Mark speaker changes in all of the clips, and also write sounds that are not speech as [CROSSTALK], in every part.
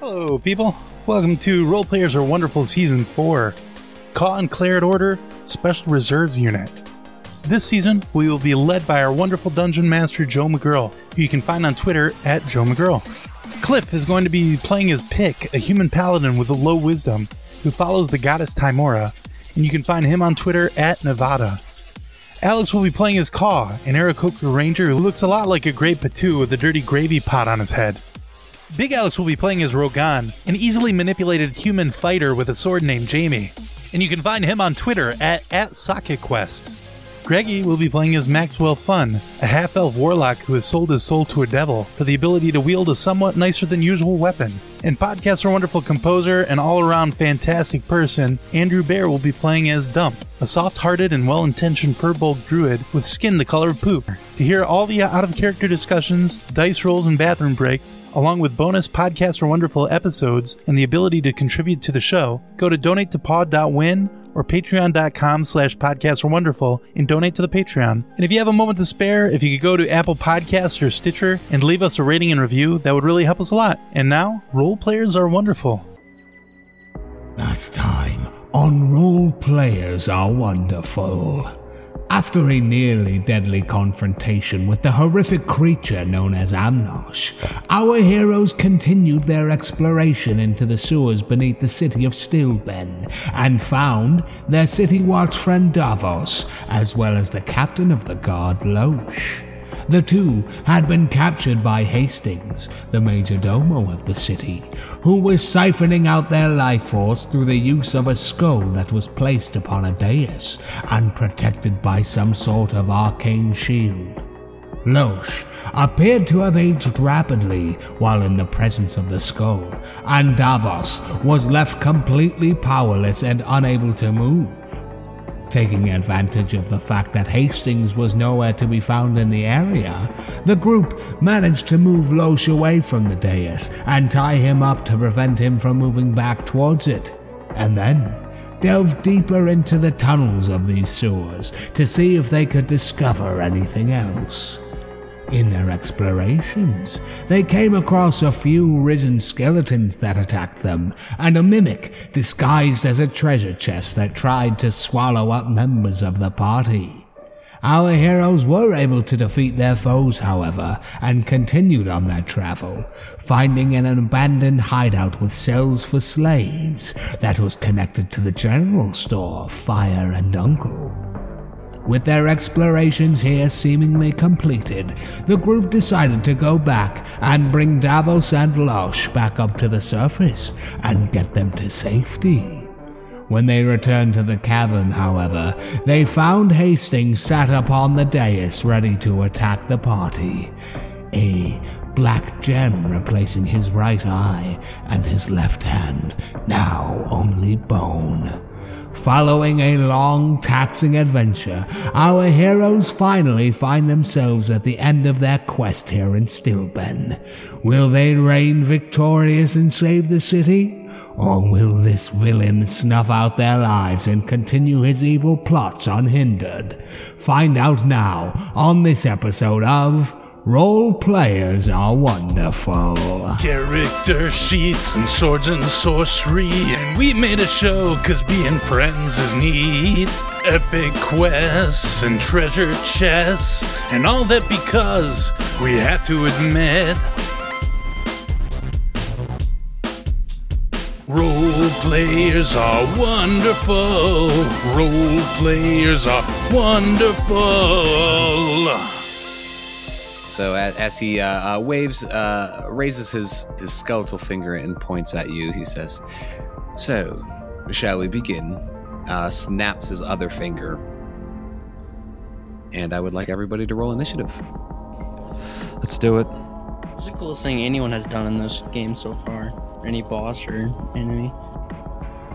Speaker 1: Hello, people. Welcome to Role Players Are Wonderful Season 4, Caught and Cleared Order Special Reserves Unit. This season, we will be led by our wonderful dungeon master, Joe McGurl, who you can find on Twitter at Joe McGurl. Cliff is going to be playing his pick, a human paladin with a low wisdom, who follows the goddess Timora, and you can find him on Twitter at Nevada. Alex will be playing his Caw, an Arakoku ranger who looks a lot like a great Patu with a dirty gravy pot on his head. Big Alex will be playing as Rogan, an easily manipulated human fighter with a sword named Jamie. And you can find him on Twitter at, at SocketQuest. Greggy will be playing as Maxwell Fun, a half elf warlock who has sold his soul to a devil for the ability to wield a somewhat nicer than usual weapon. And podcaster, wonderful composer, and all around fantastic person, Andrew Bear will be playing as Dump, a soft hearted and well intentioned furbolg druid with skin the color of poop. To hear all the out of character discussions, dice rolls, and bathroom breaks, along with bonus podcaster, wonderful episodes, and the ability to contribute to the show, go to donate to pod.win or patreon.com slash podcasts are wonderful and donate to the patreon and if you have a moment to spare if you could go to apple podcasts or stitcher and leave us a rating and review that would really help us a lot and now role players are wonderful
Speaker 2: Last time on Role Players Are Wonderful. After a nearly deadly confrontation with the horrific creature known as Amnosh, our heroes continued their exploration into the sewers beneath the city of Stilben and found their city watch friend Davos, as well as the captain of the guard Loesch. The two had been captured by Hastings, the majordomo of the city, who was siphoning out their life force through the use of a skull that was placed upon a dais and protected by some sort of arcane shield. Loesch appeared to have aged rapidly while in the presence of the skull, and Davos was left completely powerless and unable to move. Taking advantage of the fact that Hastings was nowhere to be found in the area, the group managed to move Loesch away from the dais and tie him up to prevent him from moving back towards it, and then delve deeper into the tunnels of these sewers to see if they could discover anything else. In their explorations, they came across a few risen skeletons that attacked them, and a mimic disguised as a treasure chest that tried to swallow up members of the party. Our heroes were able to defeat their foes, however, and continued on their travel, finding an abandoned hideout with cells for slaves that was connected to the general store, Fire and Uncle. With their explorations here seemingly completed, the group decided to go back and bring Davos and Losh back up to the surface and get them to safety. When they returned to the cavern, however, they found Hastings sat upon the dais ready to attack the party. A black gem replacing his right eye and his left hand, now only bone. Following a long, taxing adventure, our heroes finally find themselves at the end of their quest here in Stilben. Will they reign victorious and save the city? Or will this villain snuff out their lives and continue his evil plots unhindered? Find out now on this episode of Role Players Are Wonderful.
Speaker 1: character sheets and swords and sorcery and we made a show cause being friends is neat epic quests and treasure chests and all that because we have to admit Role players are wonderful. Role players are wonderful.
Speaker 3: So as, as he uh, uh, waves, uh, raises his, his skeletal finger and points at you, he says, "So, shall we begin?" Uh, snaps his other finger, and I would like everybody to roll [LAUGHS] initiative.
Speaker 4: Let's do it.
Speaker 5: It's the coolest thing anyone has done in this game so far. Any boss or enemy.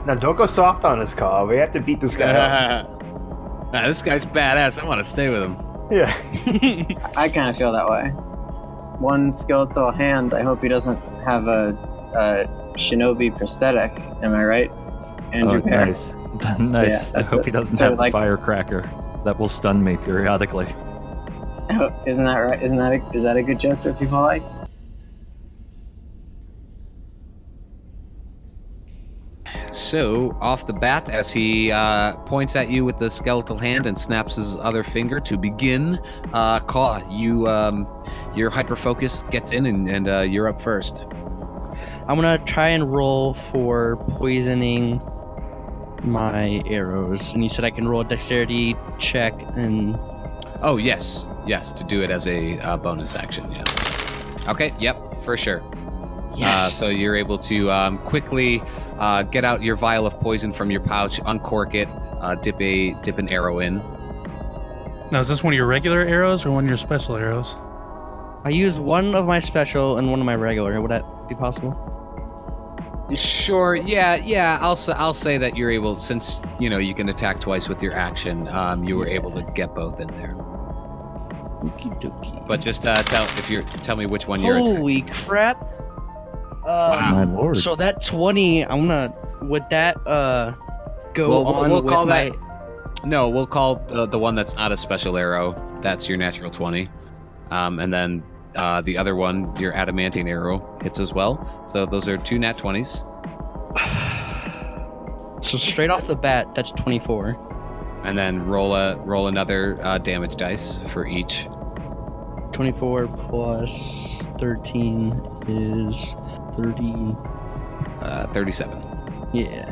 Speaker 6: Now don't go soft on us, Carl. We have to beat this
Speaker 1: [LAUGHS]
Speaker 6: guy up.
Speaker 3: Nah, this guy's badass. I want to stay with him.
Speaker 6: Yeah.
Speaker 7: I kind of feel that way. One skeletal hand. I hope he doesn't have a, a shinobi prosthetic. Am I right, Andrew?
Speaker 4: oh,
Speaker 7: [LAUGHS] Pear?
Speaker 4: nice. [LAUGHS] nice.
Speaker 7: Yeah,
Speaker 4: I
Speaker 7: that's
Speaker 4: hope
Speaker 7: it.
Speaker 4: he doesn't
Speaker 7: So,
Speaker 4: have a
Speaker 7: like-
Speaker 4: firecracker. That will stun me periodically.
Speaker 7: Oh, Isn't that right? Isn't that a, is that a good joke that people like?
Speaker 3: so off the bat, as he uh, points at you with the skeletal hand and snaps his other finger to begin, uh, Kaw, you um, your hyper focus gets in and, and uh, you're up first.
Speaker 5: I'm gonna try and roll for poisoning my arrows. And you said I can roll a dexterity check and
Speaker 3: Oh yes, yes, to do it as a uh, bonus action. Yeah. Okay. Yep. For sure. Uh,
Speaker 5: yes.
Speaker 3: so you're able to um, quickly uh, get out your vial of poison from your pouch, uncork it, uh, dip a dip an arrow in.
Speaker 1: Now, is this one of your regular arrows or one of your special arrows?
Speaker 5: uh, I use one of my special and one of my regular. Would that be possible?
Speaker 3: Sure. Yeah. Yeah. I'll s- I'll say that you're able since you know you can attack twice with your action. Um, you were able to get both in there.
Speaker 5: Okie dokie.
Speaker 3: But just uh, tell if you are tell me which one you're. attacking.
Speaker 5: Holy crap. Um,
Speaker 4: My lord.
Speaker 5: So that 20, I'm gonna. Would that uh go
Speaker 3: Well, we'll-
Speaker 5: on
Speaker 3: we'll
Speaker 5: with
Speaker 3: call
Speaker 5: my?
Speaker 3: that- No, we'll call the, the one that's not a special arrow. That's your natural twenty, um, and then uh, the other one, your adamantine arrow, hits as well. So those are two nat twenties.
Speaker 5: So straight off the bat, that's 24.
Speaker 3: and then roll a roll another uh, damage dice for each.
Speaker 5: 24 plus 13 is 30.
Speaker 3: Uh, Thirty-seven,
Speaker 5: Yeah.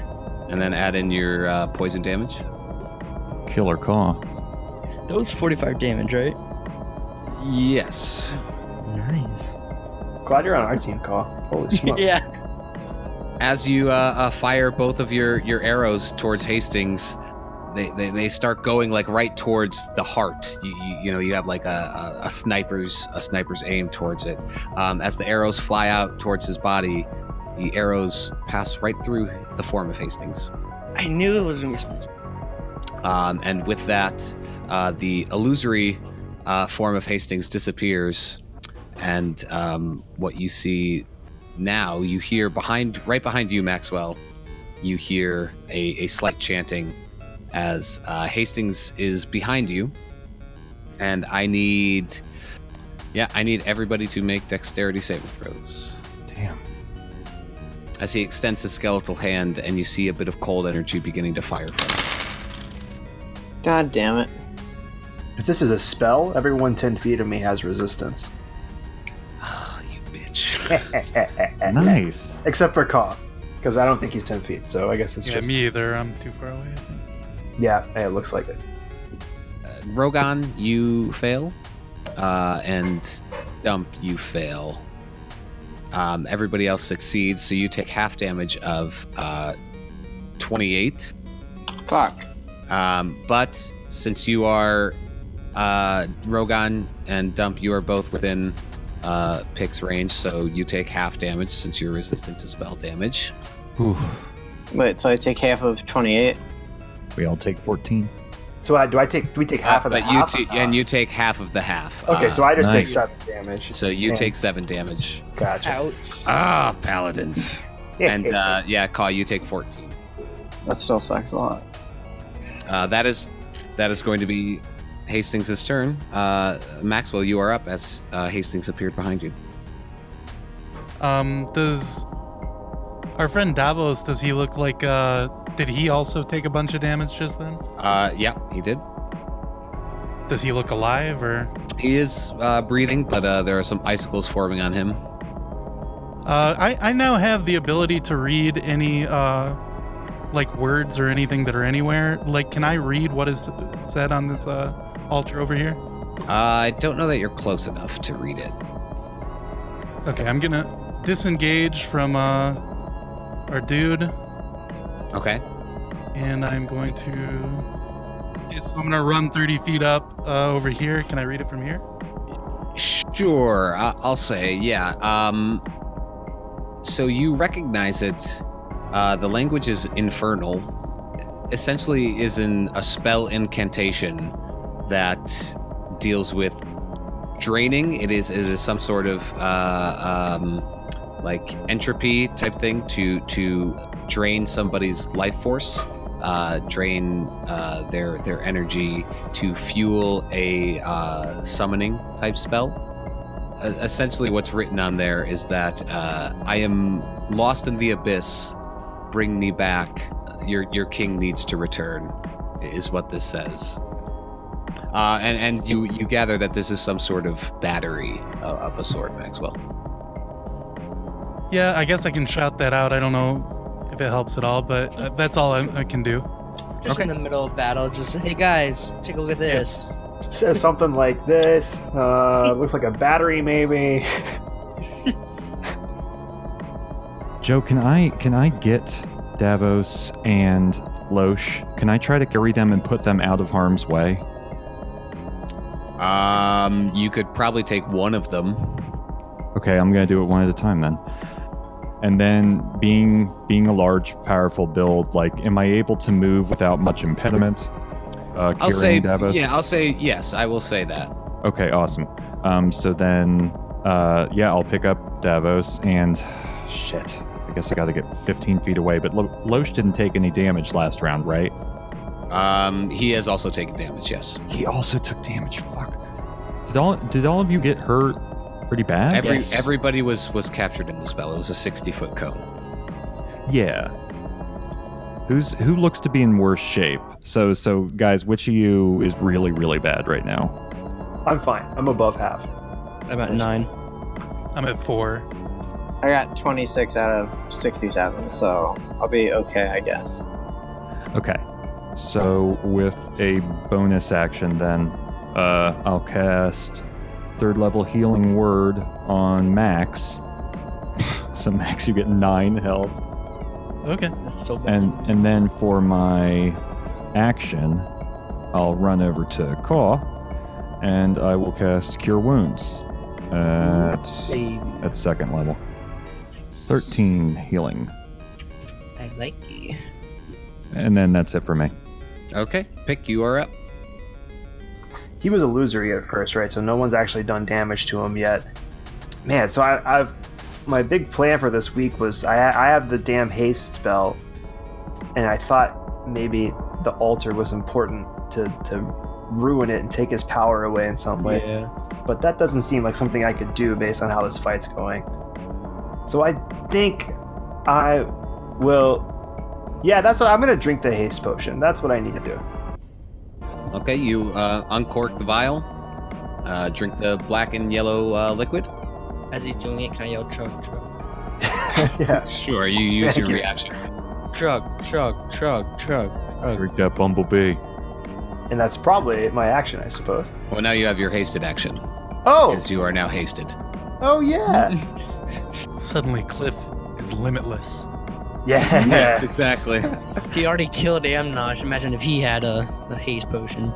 Speaker 3: and then add in your uh, poison damage.
Speaker 4: Killer Caw.
Speaker 5: That was 45 damage, right?
Speaker 3: Yes.
Speaker 8: [LAUGHS]
Speaker 5: Nice.
Speaker 6: Glad you're on our team, Call.
Speaker 1: [LAUGHS]
Speaker 6: Holy smokes.
Speaker 5: yeah.
Speaker 3: As you uh, uh, fire both of your your arrows towards Hastings, they, they, they start going like right towards the heart. You, you, you know you have like a, a, a sniper's a sniper's aim towards it. Um, as the arrows fly out towards his body, the arrows pass right through the form of Hastings.
Speaker 5: I knew it was gonna be something.
Speaker 3: Um, and with that, uh, the illusory uh, form of Hastings disappears. And um, what you see now, you hear behind, right behind you, Maxwell, you hear a, a slight chanting as uh, Hastings is behind you. And I need, yeah, I need everybody to make dexterity saving throws.
Speaker 4: Damn.
Speaker 3: As he extends his skeletal hand, and you see a bit of cold energy beginning to fire from it.
Speaker 7: God damn it.
Speaker 6: If this is a spell, everyone 10 feet of me has resistance.
Speaker 3: Oh, you bitch. [LAUGHS]
Speaker 4: Nice.
Speaker 6: Except for Kaw, because I don't think he's 10 feet, so I guess it's
Speaker 1: yeah,
Speaker 6: just.
Speaker 1: me either. I'm too far away. I think.
Speaker 6: Yeah, it looks like it.
Speaker 3: Rogan, you fail, uh, and Dump, you fail. Um, everybody else succeeds, so you take half damage of uh, 28.
Speaker 7: Fuck.
Speaker 3: Um, but since you are uh, Rogan and Dump, you are both within uh, Pick's range, so you take half damage since you're resistant to spell damage.
Speaker 4: Ooh,
Speaker 7: Wait, so I take half of 28.
Speaker 4: we all take 14.
Speaker 6: So I, do I take? Do we take half of the
Speaker 3: but
Speaker 6: half?
Speaker 3: you t- and you take half of the half.
Speaker 6: Okay,
Speaker 3: Uh,
Speaker 6: so I just take
Speaker 4: nice.
Speaker 6: seven damage.
Speaker 3: so you
Speaker 6: Yeah.
Speaker 3: take seven damage.
Speaker 6: Gotcha.
Speaker 3: Ah, paladins. and uh, yeah, Kaw, you take 14.
Speaker 7: That still sucks a lot.
Speaker 3: Uh, that is that is going to be Hastings' turn. Uh, Maxwell, you are up as uh, Hastings appeared behind you.
Speaker 1: Um, does our friend Davos? Does he look like? Uh, did he also take a bunch of damage just then?
Speaker 3: Uh, yeah, he did.
Speaker 1: Does he look alive or?
Speaker 3: He is uh, breathing, but uh, there are some icicles forming on him.
Speaker 1: Uh, I I now have the ability to read any uh, like words or anything that are anywhere. Like, can I read what is said on this uh altar over here?
Speaker 3: Uh, I don't know that you're close enough to read it.
Speaker 1: Okay, I'm gonna disengage from uh our dude.
Speaker 3: Okay.
Speaker 1: and I'm going to. Okay, so I'm going to run 30 feet up uh, over here. Can I read it from here?
Speaker 3: Sure, I- I'll say yeah. Um, so you recognize it. Uh, the language is infernal. Essentially, is in a spell incantation that deals with draining. It is it is some sort of uh, um, like entropy type thing to to drain somebody's life force, uh, drain uh, their their energy to fuel a uh, summoning type spell e- essentially what's written on there is that uh, I am lost in the abyss bring me back. Your your king needs to return, is what this says. Uh, and and you you gather that this is some sort of battery of, of a sword, Maxwell.
Speaker 1: Yeah, I guess I can shout that out. I don't know if it helps at all, but uh, that's all I, I can do.
Speaker 8: Just in the middle of battle, just hey guys, take a look at this.
Speaker 6: It says something like this. Uh, looks like a battery, maybe. [LAUGHS]
Speaker 4: Joe, can I can I get Davos and Loesch? Can I try to carry them and put them out of harm's way?
Speaker 3: Um, you could probably take one of them.
Speaker 4: Okay, I'm gonna do it one at a time then. And then being being a large, powerful build, like am I able to move without much impediment? Uh,
Speaker 3: I'll
Speaker 4: carrying
Speaker 3: say
Speaker 4: Davos?
Speaker 3: yeah. I'll say yes. I will say that.
Speaker 4: Okay, awesome. Um, so then, uh, yeah, I'll pick up Davos and shit. I guess I got to get 15 feet away. But Lo- Loesch didn't take any damage last round, right?
Speaker 3: Um, he has also taken damage. Yes.
Speaker 4: He also took damage. Fuck. Did all did all of you get hurt pretty bad?
Speaker 3: Every
Speaker 5: Yes.
Speaker 3: everybody was was captured in the spell. It was a sixty foot cone.
Speaker 4: yeah. Who's who looks to be in worse shape? So so guys, which of you is really really bad right now?
Speaker 6: I'm fine. I'm above half.
Speaker 5: I'm at nine.
Speaker 1: I'm at four.
Speaker 7: I got 26 out of 67, so I'll be okay, I guess.
Speaker 4: Okay. So with a bonus action, then uh, I'll cast third level healing word on Max. [LAUGHS] so Max, you get nine health,
Speaker 1: Okay.
Speaker 5: That's still bad.
Speaker 4: and and then for my action, I'll run over to Kaw, and I will cast cure wounds at
Speaker 8: Baby,
Speaker 4: at second level. Thirteen healing,
Speaker 8: I like you.
Speaker 4: and then that's it for me.
Speaker 3: Okay. Pick. You are up.
Speaker 6: He was illusory at first, right? So no one's actually done damage to him yet. Man, so I, I've my big plan for this week was I, I have the damn haste spell, and I thought maybe the altar was important to to ruin it and take his power away in some way. But that doesn't seem like something I could do based on how this fight's going. So I think I will. Yeah, that's what I'm gonna drink the haste potion. That's what I need to do.
Speaker 3: Okay. You uh, uncork the vial. Uh, drink the black and yellow uh, liquid.
Speaker 8: As he's doing it, can I yell chug chug?
Speaker 6: yeah.
Speaker 3: Sure. You use
Speaker 6: Thank
Speaker 3: your
Speaker 6: you.
Speaker 3: reaction.
Speaker 5: Chug, chug, chug, chug.
Speaker 4: Freaked out bumblebee.
Speaker 6: And that's probably my action, I suppose.
Speaker 3: Well, now you have your hasted action
Speaker 6: Oh,
Speaker 3: because you are now
Speaker 6: [LAUGHS]
Speaker 3: hasted.
Speaker 6: oh
Speaker 3: [LAUGHS]
Speaker 6: yeah,
Speaker 1: Suddenly, Cliff is limitless.
Speaker 6: yeah.
Speaker 3: exactly.
Speaker 8: He already killed Amnosh. Imagine if he had a, a haze potion.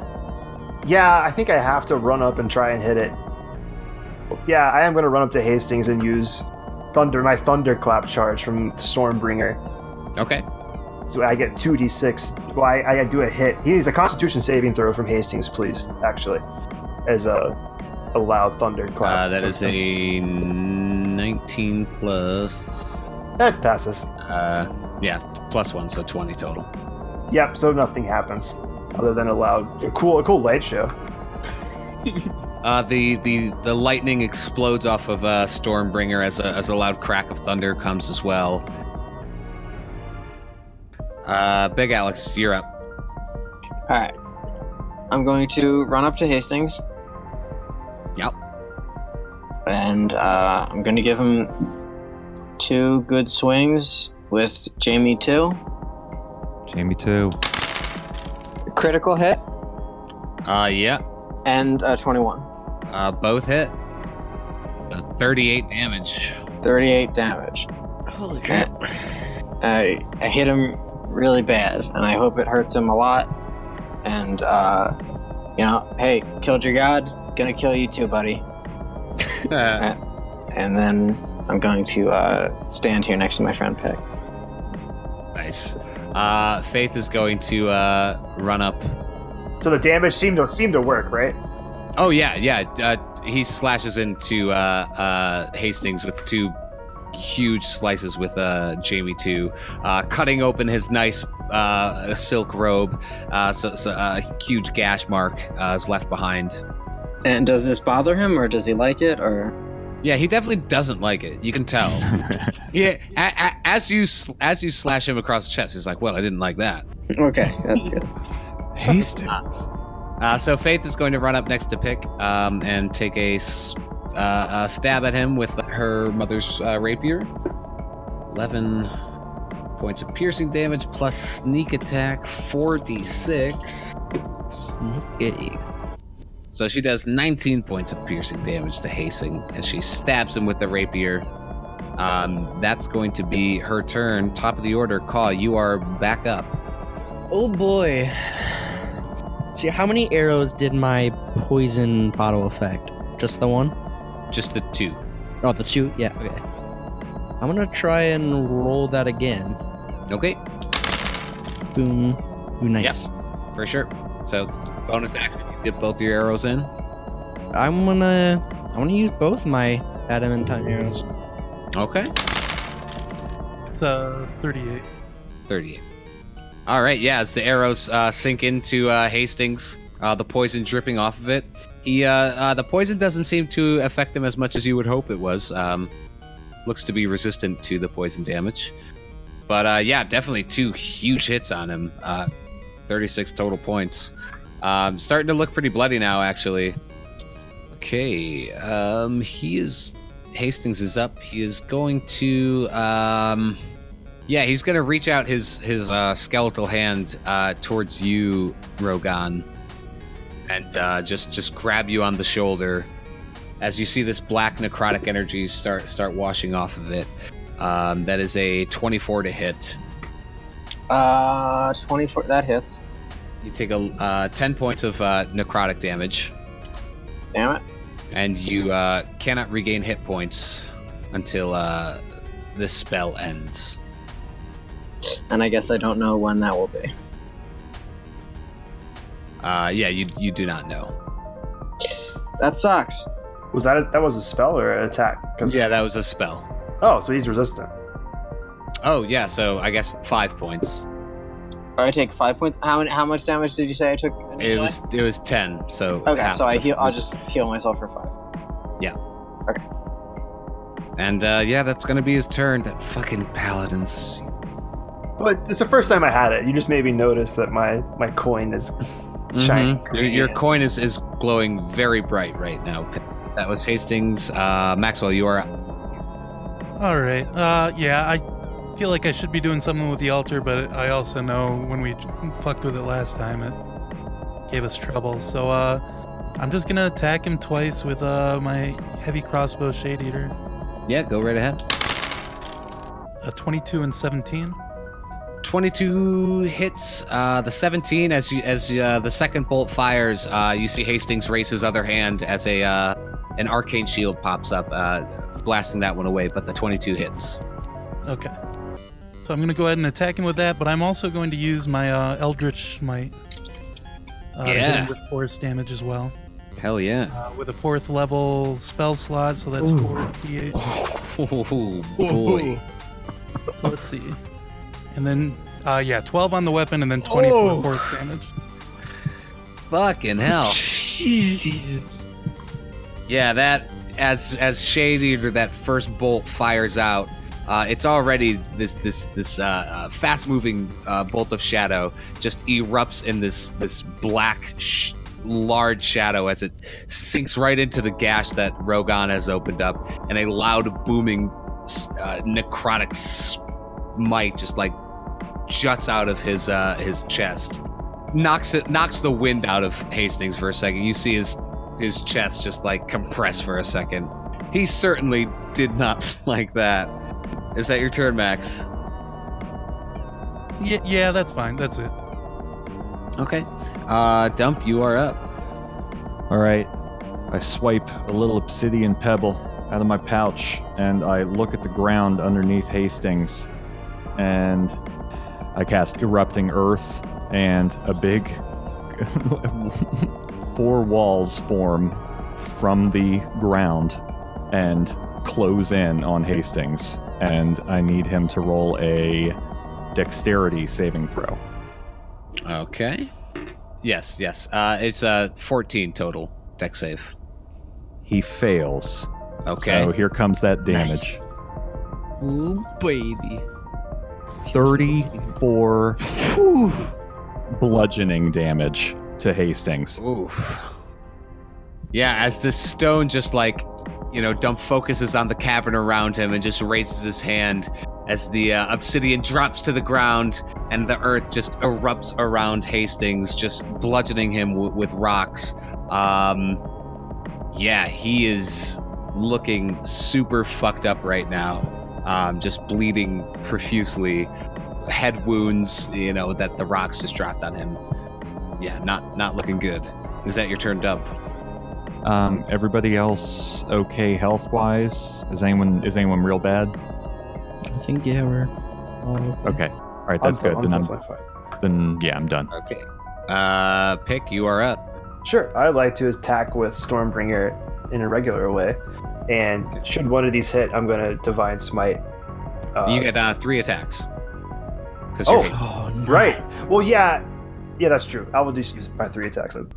Speaker 6: Yeah, I think I have to run up and try and hit it. Yeah, I am going to run up to Hastings and use thunder my thunderclap charge from Stormbringer.
Speaker 3: Okay.
Speaker 6: So I get 2d6. Well, I, I do a hit. He needs a Constitution saving throw from Hastings, please. Actually, as a a loud thunderclap.
Speaker 3: Uh, that is a 19 plus.
Speaker 6: that passes.
Speaker 3: Uh, yeah, plus one, so 20 total.
Speaker 6: Yep. So nothing happens other than a loud, a cool, a cool light show.
Speaker 3: Uh, the, the, the lightning explodes off of uh, Stormbringer as a, as a loud crack of thunder comes as well. Uh, Big Alex, you're up.
Speaker 7: All right. I'm going to run up to Hastings.
Speaker 3: Yep.
Speaker 7: And uh, I'm going to give him two good swings with Jamie too.
Speaker 4: Jamie too.
Speaker 7: Critical hit
Speaker 3: Uh, yeah,
Speaker 7: and uh, 21.
Speaker 3: uh, both hit. Uh, 38 damage. [LAUGHS]
Speaker 7: 38 damage.
Speaker 8: Holy
Speaker 7: crap. I, I hit him really bad, and I hope it hurts him a lot. And, uh, you know, hey, killed your god, gonna kill you too, buddy.
Speaker 3: Uh,
Speaker 7: And then I'm going to uh, stand here next to my friend Pick.
Speaker 3: nice. Uh, Faith is going to uh, run up
Speaker 6: So the damage seemed to seemed to work, right?
Speaker 3: Oh yeah, yeah. Uh, he slashes into uh, uh, Hastings with two huge slices with uh, Jamie too, uh, cutting open his nice uh, silk robe. Uh, so, so a huge gash mark uh, is left behind.
Speaker 7: And does this bother him, or does he like it, or
Speaker 3: Yeah, he definitely doesn't like it. You can tell. yeah, a, a, as you sl- as you slash him across the chest, he's like, "Well, I didn't like that."
Speaker 7: Okay, that's good.
Speaker 4: Hastings.
Speaker 3: Uh, so Faith is going to run up next to Pick um, and take a, s- uh, a stab at him with her mother's uh, rapier. 11 points of piercing damage plus sneak attack 46.
Speaker 5: Sneaky.
Speaker 3: So she does 19 points of piercing damage to Hasting as she stabs him with the rapier. Um, that's going to be her turn. Top of the order, Call. You are back up.
Speaker 5: Oh boy. See, how many arrows did my poison bottle affect? Just the one?
Speaker 3: Just the two.
Speaker 5: Oh, the two? Yeah, okay. I'm gonna try and roll that again.
Speaker 3: Okay,
Speaker 5: Boom. Ooh, nice.
Speaker 3: for sure. So bonus action, you get both your arrows in.
Speaker 5: I'm gonna. I wanna use both my adamantine arrows.
Speaker 3: Okay.
Speaker 1: It's uh, 38.
Speaker 3: 38. All right, yeah, as the arrows uh, sink into uh, Hastings, uh, the poison dripping off of it. He, uh, uh, the poison doesn't seem to affect him as much as you would hope it was. Um, looks to be resistant to the poison damage, but uh, yeah, definitely two huge hits on him. Uh, 36 total points. Um, starting to look pretty bloody now, actually. Okay, um, he is. Hastings is up. He is going to. Um, yeah, he's gonna reach out his his uh, skeletal hand uh, towards you, Rogan, and uh, just just grab you on the shoulder. As you see this black necrotic energy start start washing off of it, um, that is a 24 to hit.
Speaker 7: [LAUGHS] Uh, 24. That hits.
Speaker 3: You take a uh, 10 points of uh, necrotic damage,
Speaker 7: Damn it.
Speaker 3: and you uh, cannot regain hit points until uh, this spell ends.
Speaker 7: And I guess I don't know when that will be.
Speaker 3: Uh, yeah, you you do not know.
Speaker 7: That sucks.
Speaker 6: Was that a, that was a spell or an attack? 'Cause-
Speaker 3: Yeah, that was a spell.
Speaker 6: Oh, so he's resistant.
Speaker 3: Oh yeah, so I guess five points.
Speaker 7: I take five points. How many, How much damage did you say I took?
Speaker 3: It
Speaker 7: initially?
Speaker 3: was it was ten. So
Speaker 7: Okay,
Speaker 3: half
Speaker 7: so I
Speaker 3: the-
Speaker 7: heal. I'll just heal myself for five.
Speaker 3: and uh, yeah, that's gonna be his turn. That fucking paladins.
Speaker 6: Well, it's it's the first time I had it. You just made me notice that my my coin is shining.
Speaker 3: Mhm. Your, your coin is is glowing very bright right now. That was Hastings. Uh, Maxwell, you are up.
Speaker 1: All right. Uh, yeah, I feel like I should be doing something with the altar, but I also know when we fucked with it last time, it gave us trouble. So uh, I'm just gonna attack him twice with uh, my heavy crossbow, Shade Eater,
Speaker 3: Yeah, go right ahead.
Speaker 1: a 22 and 17.
Speaker 3: 22 hits uh, the 17 as you, as uh, the second bolt fires uh, you see hastings raise his other hand as a uh, an arcane shield pops up uh, blasting that one away but the 22 hits
Speaker 1: Okay. So I'm gonna go ahead and attack him with that, but I'm also going to use my uh, Eldritch Might. Uh, to hit
Speaker 3: Yeah.
Speaker 1: him with force damage as well.
Speaker 3: hell yeah [LAUGHS]
Speaker 1: Uh, with a fourth level spell slot, so that's
Speaker 2: Ooh.
Speaker 1: 4d8.
Speaker 3: oh boy
Speaker 1: So let's see. And then, uh, yeah, 12 on the weapon and then 20
Speaker 3: Oh.
Speaker 1: for force damage.
Speaker 3: Fucking hell. yeah, that as as Shade Eater, that first bolt fires out. Uh, it's already this this this uh, uh, fast moving uh, bolt of shadow just erupts in this this black sh- large shadow as it sinks right into the gash that Rogan has opened up, and a loud booming s- uh, necrotic smite just like juts out of his uh, his chest knocks it knocks the wind out of Hastings for a second. You see his his chest just like compress for a second. He certainly did not [LAUGHS] like that. Is that your turn, Max?
Speaker 1: Yeah, yeah, that's fine. That's it.
Speaker 3: Okay. Uh, Dump, you are up.
Speaker 4: All right. I swipe a little obsidian pebble out of my pouch and I look at the ground underneath Hastings and I cast Erupting Earth and a big [LAUGHS] four walls form from the ground and close in on Hastings and I need him to roll a dexterity saving throw.
Speaker 3: Okay. Yes, yes. Uh, it's uh, 14 total deck save.
Speaker 4: He fails.
Speaker 3: Okay.
Speaker 4: So here comes that damage.
Speaker 5: Ooh, baby.
Speaker 4: 34
Speaker 5: Whew.
Speaker 4: bludgeoning damage to Hastings.
Speaker 3: Oof. Yeah, as this stone just like, you know, Dump focuses on the cavern around him and just raises his hand as the uh, obsidian drops to the ground and the earth just erupts around Hastings, just bludgeoning him w- with rocks. Um, yeah, he is looking super fucked up right now, um, just bleeding profusely, head wounds, you know, that the rocks just dropped on him. Yeah, not not looking good. Is that your turn, Dump?
Speaker 4: Um, everybody else okay health wise? Is anyone is anyone real bad?
Speaker 5: I think yeah, we're. all
Speaker 4: Okay. All right, that's
Speaker 6: I'm
Speaker 4: good. Then
Speaker 6: I'm
Speaker 4: I'm
Speaker 6: fine, fine.
Speaker 4: then yeah, I'm done.
Speaker 3: Okay. Uh, pick. You are up.
Speaker 6: Sure, I'd like to attack with Stormbringer in a regular way, and should one of these hit, I'm going to Divine Smite. Uh,
Speaker 3: you get uh, three attacks. 'Cause
Speaker 6: Oh.
Speaker 3: you're hit.
Speaker 5: Oh, no.
Speaker 6: right. Well, yeah, yeah, that's true. I will just use my three attacks then.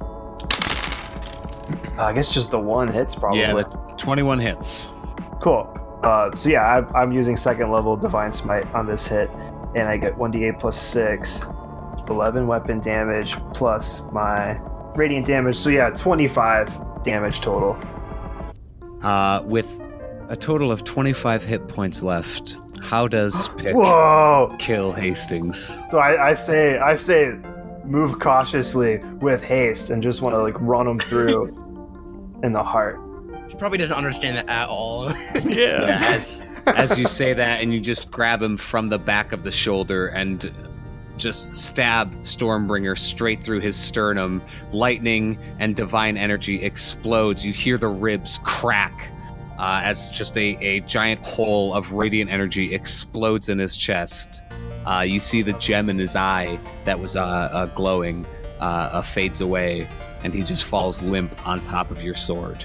Speaker 6: Uh, I guess just the one hits probably.
Speaker 3: yeah, that twenty-one hits.
Speaker 6: Cool. Uh, so yeah, I'm, I'm using second level Divine Smite on this hit, and I get 1d8 plus 6, 11 weapon damage plus my radiant damage. So yeah, 25 damage total.
Speaker 3: Uh, with a total of twenty-five hit points left, how does pick
Speaker 6: Whoa!
Speaker 3: kill Hastings?
Speaker 6: So I, I say, I say, move cautiously with haste, and just want to like run them through in the heart.
Speaker 8: She probably doesn't understand that at all. [LAUGHS]
Speaker 3: Yeah, as as you say that, and you just grab him from the back of the shoulder and just stab Stormbringer straight through his sternum. Lightning and divine energy explodes. You hear the ribs crack uh, as just a, a giant hole of radiant energy explodes in his chest. Uh, you see the gem in his eye that was uh, uh, glowing uh, uh, fades away, and he just falls limp on top of your sword.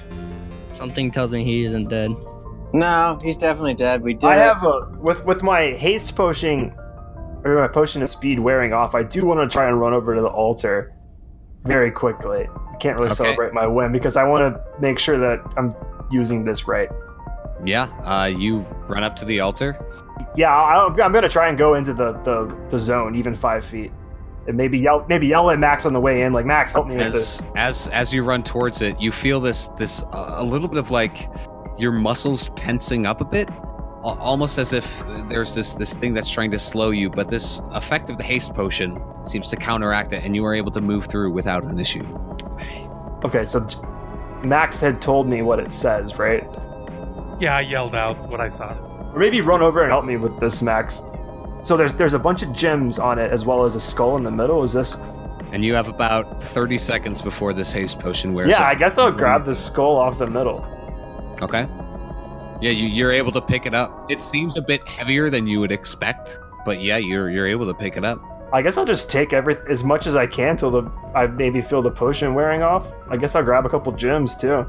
Speaker 5: Something tells me he isn't dead.
Speaker 7: No, he's definitely dead. We did.
Speaker 6: I
Speaker 7: it.
Speaker 6: have a with with my haste potion or my potion of speed wearing off. I do want to try and run over to the altar very quickly. Can't really
Speaker 3: Okay.
Speaker 6: celebrate my win because I want to make sure that I'm using this right.
Speaker 3: Yeah, uh, you run up to the altar.
Speaker 6: Yeah, I, I'm gonna try and go into the, the the zone, even five feet, and maybe yell maybe yell at Max on the way in, like Max, help me with this.
Speaker 3: as as as you run towards it, you feel this this uh, a little bit of like your muscles tensing up a bit, al- almost as if there's this this thing that's trying to slow you. But this effect of the haste potion seems to counteract it, and you are able to move through without an issue.
Speaker 6: Okay, so J- Max had told me what it says, right?
Speaker 1: Yeah, I yelled out what I saw.
Speaker 6: Or maybe run over and help me with this, Max. So there's there's a bunch of gems on it as well as a skull in the middle. Is this
Speaker 3: And you have about 30 seconds before this haste potion wears
Speaker 6: Yeah, I
Speaker 3: out.
Speaker 6: guess I'll grab the skull off the middle.
Speaker 3: okay. Yeah, you, you're able to pick it up. It seems a bit heavier than you would expect, but yeah, you're you're able to pick it up.
Speaker 6: I guess I'll just take every as much as I can till the I maybe feel the potion wearing off. I guess I'll grab a couple gems too.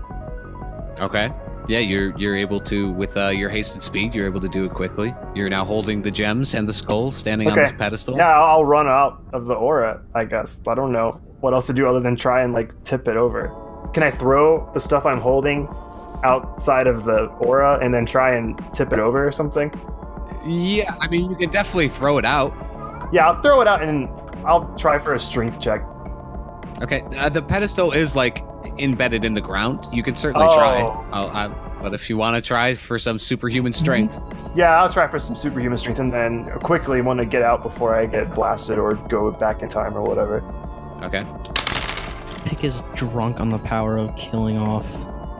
Speaker 3: Okay. Yeah, you're you're able to with uh, your hasted speed, you're able to do it quickly. You're now holding the gems and the skull, standing on
Speaker 6: Okay.
Speaker 3: this pedestal.
Speaker 6: Yeah, I'll I'll run out of the aura. I guess I don't know what else to do other than try and like tip it over. Can I throw the stuff I'm holding outside of the aura and then try and tip it over or something?
Speaker 3: Yeah, I mean you can definitely throw it out.
Speaker 6: Yeah, I'll throw it out and I'll try for a strength check.
Speaker 3: Okay, uh, the pedestal is like embedded in the ground. You can certainly try.
Speaker 6: Oh.
Speaker 3: I'll, I, but if you want to try for some superhuman strength,
Speaker 6: Yeah, I'll try for some superhuman strength and then quickly want to get out before I get blasted or go back in time or whatever. Mm-hmm.
Speaker 3: okay.
Speaker 5: Pick is drunk on the power of killing off.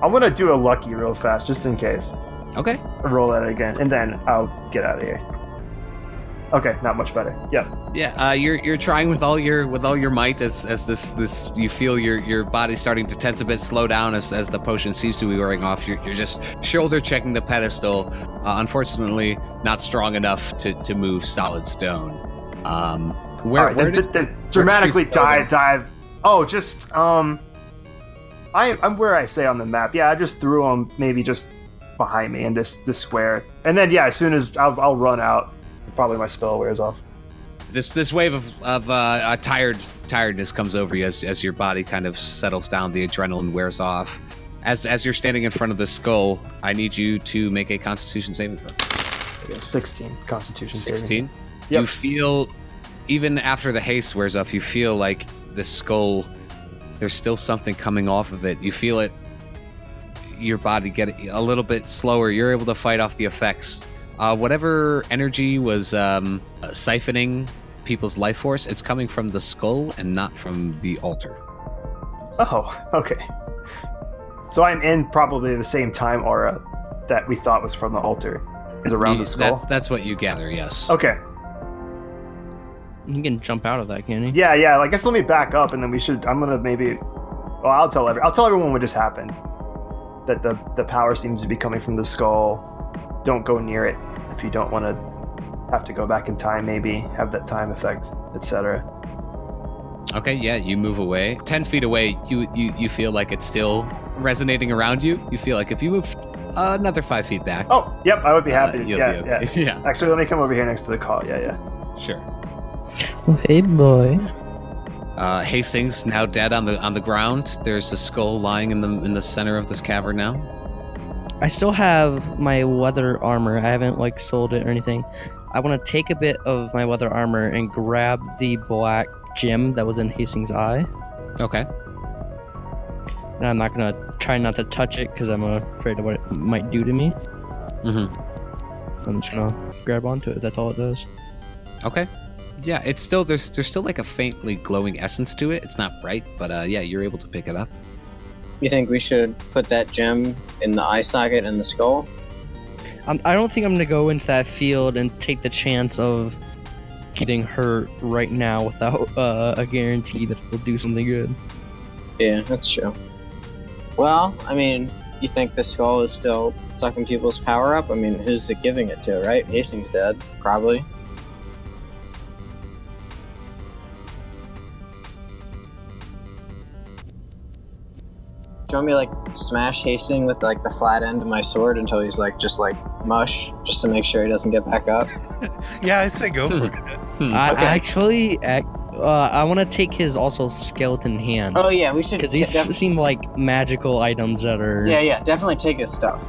Speaker 6: I'm gonna do a lucky real fast, just in case.
Speaker 3: Okay.
Speaker 6: Roll that again, and then I'll get out of here. Okay, not much better. Yep.
Speaker 3: Yeah, uh, you're you're trying with all your with all your might as as this this you feel your your body starting to tense a bit, slow down as as the potion seems to be wearing off. You're, you're just shoulder checking the pedestal. Uh, unfortunately, not strong enough to to move solid stone. Um, where,
Speaker 6: All right,
Speaker 3: where
Speaker 6: then,
Speaker 3: did,
Speaker 6: then, dramatically
Speaker 3: go
Speaker 6: dive,
Speaker 3: then?
Speaker 6: dive. Oh, just um, I I'm where I say on the map. Yeah, I just threw him maybe just behind me in this this square, and then yeah, as soon as I'll, I'll run out, probably my spell wears off.
Speaker 3: this this wave of of uh, uh, tired tiredness comes over you as as your body kind of settles down, the adrenaline wears off, As as you're standing in front of the skull, I need you to make a Constitution saving throw.
Speaker 6: There you go, 16 Constitution saving.
Speaker 3: 16
Speaker 6: Yep.
Speaker 3: you feel even after the haste wears off you feel like the skull there's still something coming off of it you feel it your body get a little bit slower you're able to fight off the effects uh, whatever energy was um, siphoning people's life force it's coming from the skull and not from the altar
Speaker 6: Oh, okay. So I'm in probably the same time aura that we thought was from the altar. Is around the
Speaker 3: That-
Speaker 6: skull. Oh,
Speaker 3: that's what you gather yes
Speaker 6: Okay.
Speaker 5: He can jump out of that, can he?
Speaker 6: Yeah, yeah. Like, I guess let me back up, and then we should. I'm gonna maybe. Well, I'll tell every. I'll tell everyone what just happened. That the the power seems to be coming from the skull. Don't go near it if you don't want to have to go back in time. Maybe have that time effect, etc.
Speaker 3: Okay, yeah, you move away. Ten feet away, you, you you feel like it's still resonating around you. You feel like if you move another five feet back,
Speaker 6: Oh, yep. I would be happy.
Speaker 3: uh,
Speaker 6: to
Speaker 3: you'll
Speaker 6: yeah,
Speaker 3: be
Speaker 6: yeah.
Speaker 3: okay. [LAUGHS] Yeah.
Speaker 6: Actually, let me come over here next to the call. Yeah, yeah.
Speaker 3: sure.
Speaker 8: Oh, hey, boy.
Speaker 3: Uh, Hastings now dead on the on the ground. There's a skull lying in the in the center of this cavern now.
Speaker 5: I still have my weather armor. I haven't like sold it or anything. I want to take a bit of my weather armor and grab the black gem that was in Hastings' eye,
Speaker 3: Okay,
Speaker 5: and I'm not gonna try not to touch it because I'm afraid of what it might do to me.
Speaker 3: Mhm.
Speaker 5: I'm just gonna grab onto it. That's all it does.
Speaker 3: okay, yeah. It's still there's there's still like a faintly glowing essence to it. It's not bright, but uh, yeah, you're able to pick it up.
Speaker 7: You think we should put that gem in the eye socket and the skull?
Speaker 5: I'm, I don't think I'm gonna go into that field and take the chance of getting hurt right now without uh, a guarantee that it'll do something good.
Speaker 7: Yeah, that's true. Well, I mean, you think the skull is still sucking people's power up? I mean, who's it giving it to, right? Hastings dead, probably. Do you want me to, like smash Hastings with like the flat end of my sword until he's like just like mush, just to make sure he doesn't get back up?
Speaker 1: Yeah, I say go for it.
Speaker 5: [LAUGHS] I
Speaker 7: Mm-hmm. Okay.
Speaker 5: actually, ac- uh, I want to take his also skeleton hand
Speaker 7: Oh yeah, we should.
Speaker 5: because
Speaker 7: de-
Speaker 5: these
Speaker 7: def-
Speaker 5: seem like magical items that are.
Speaker 7: yeah, yeah, definitely take his stuff.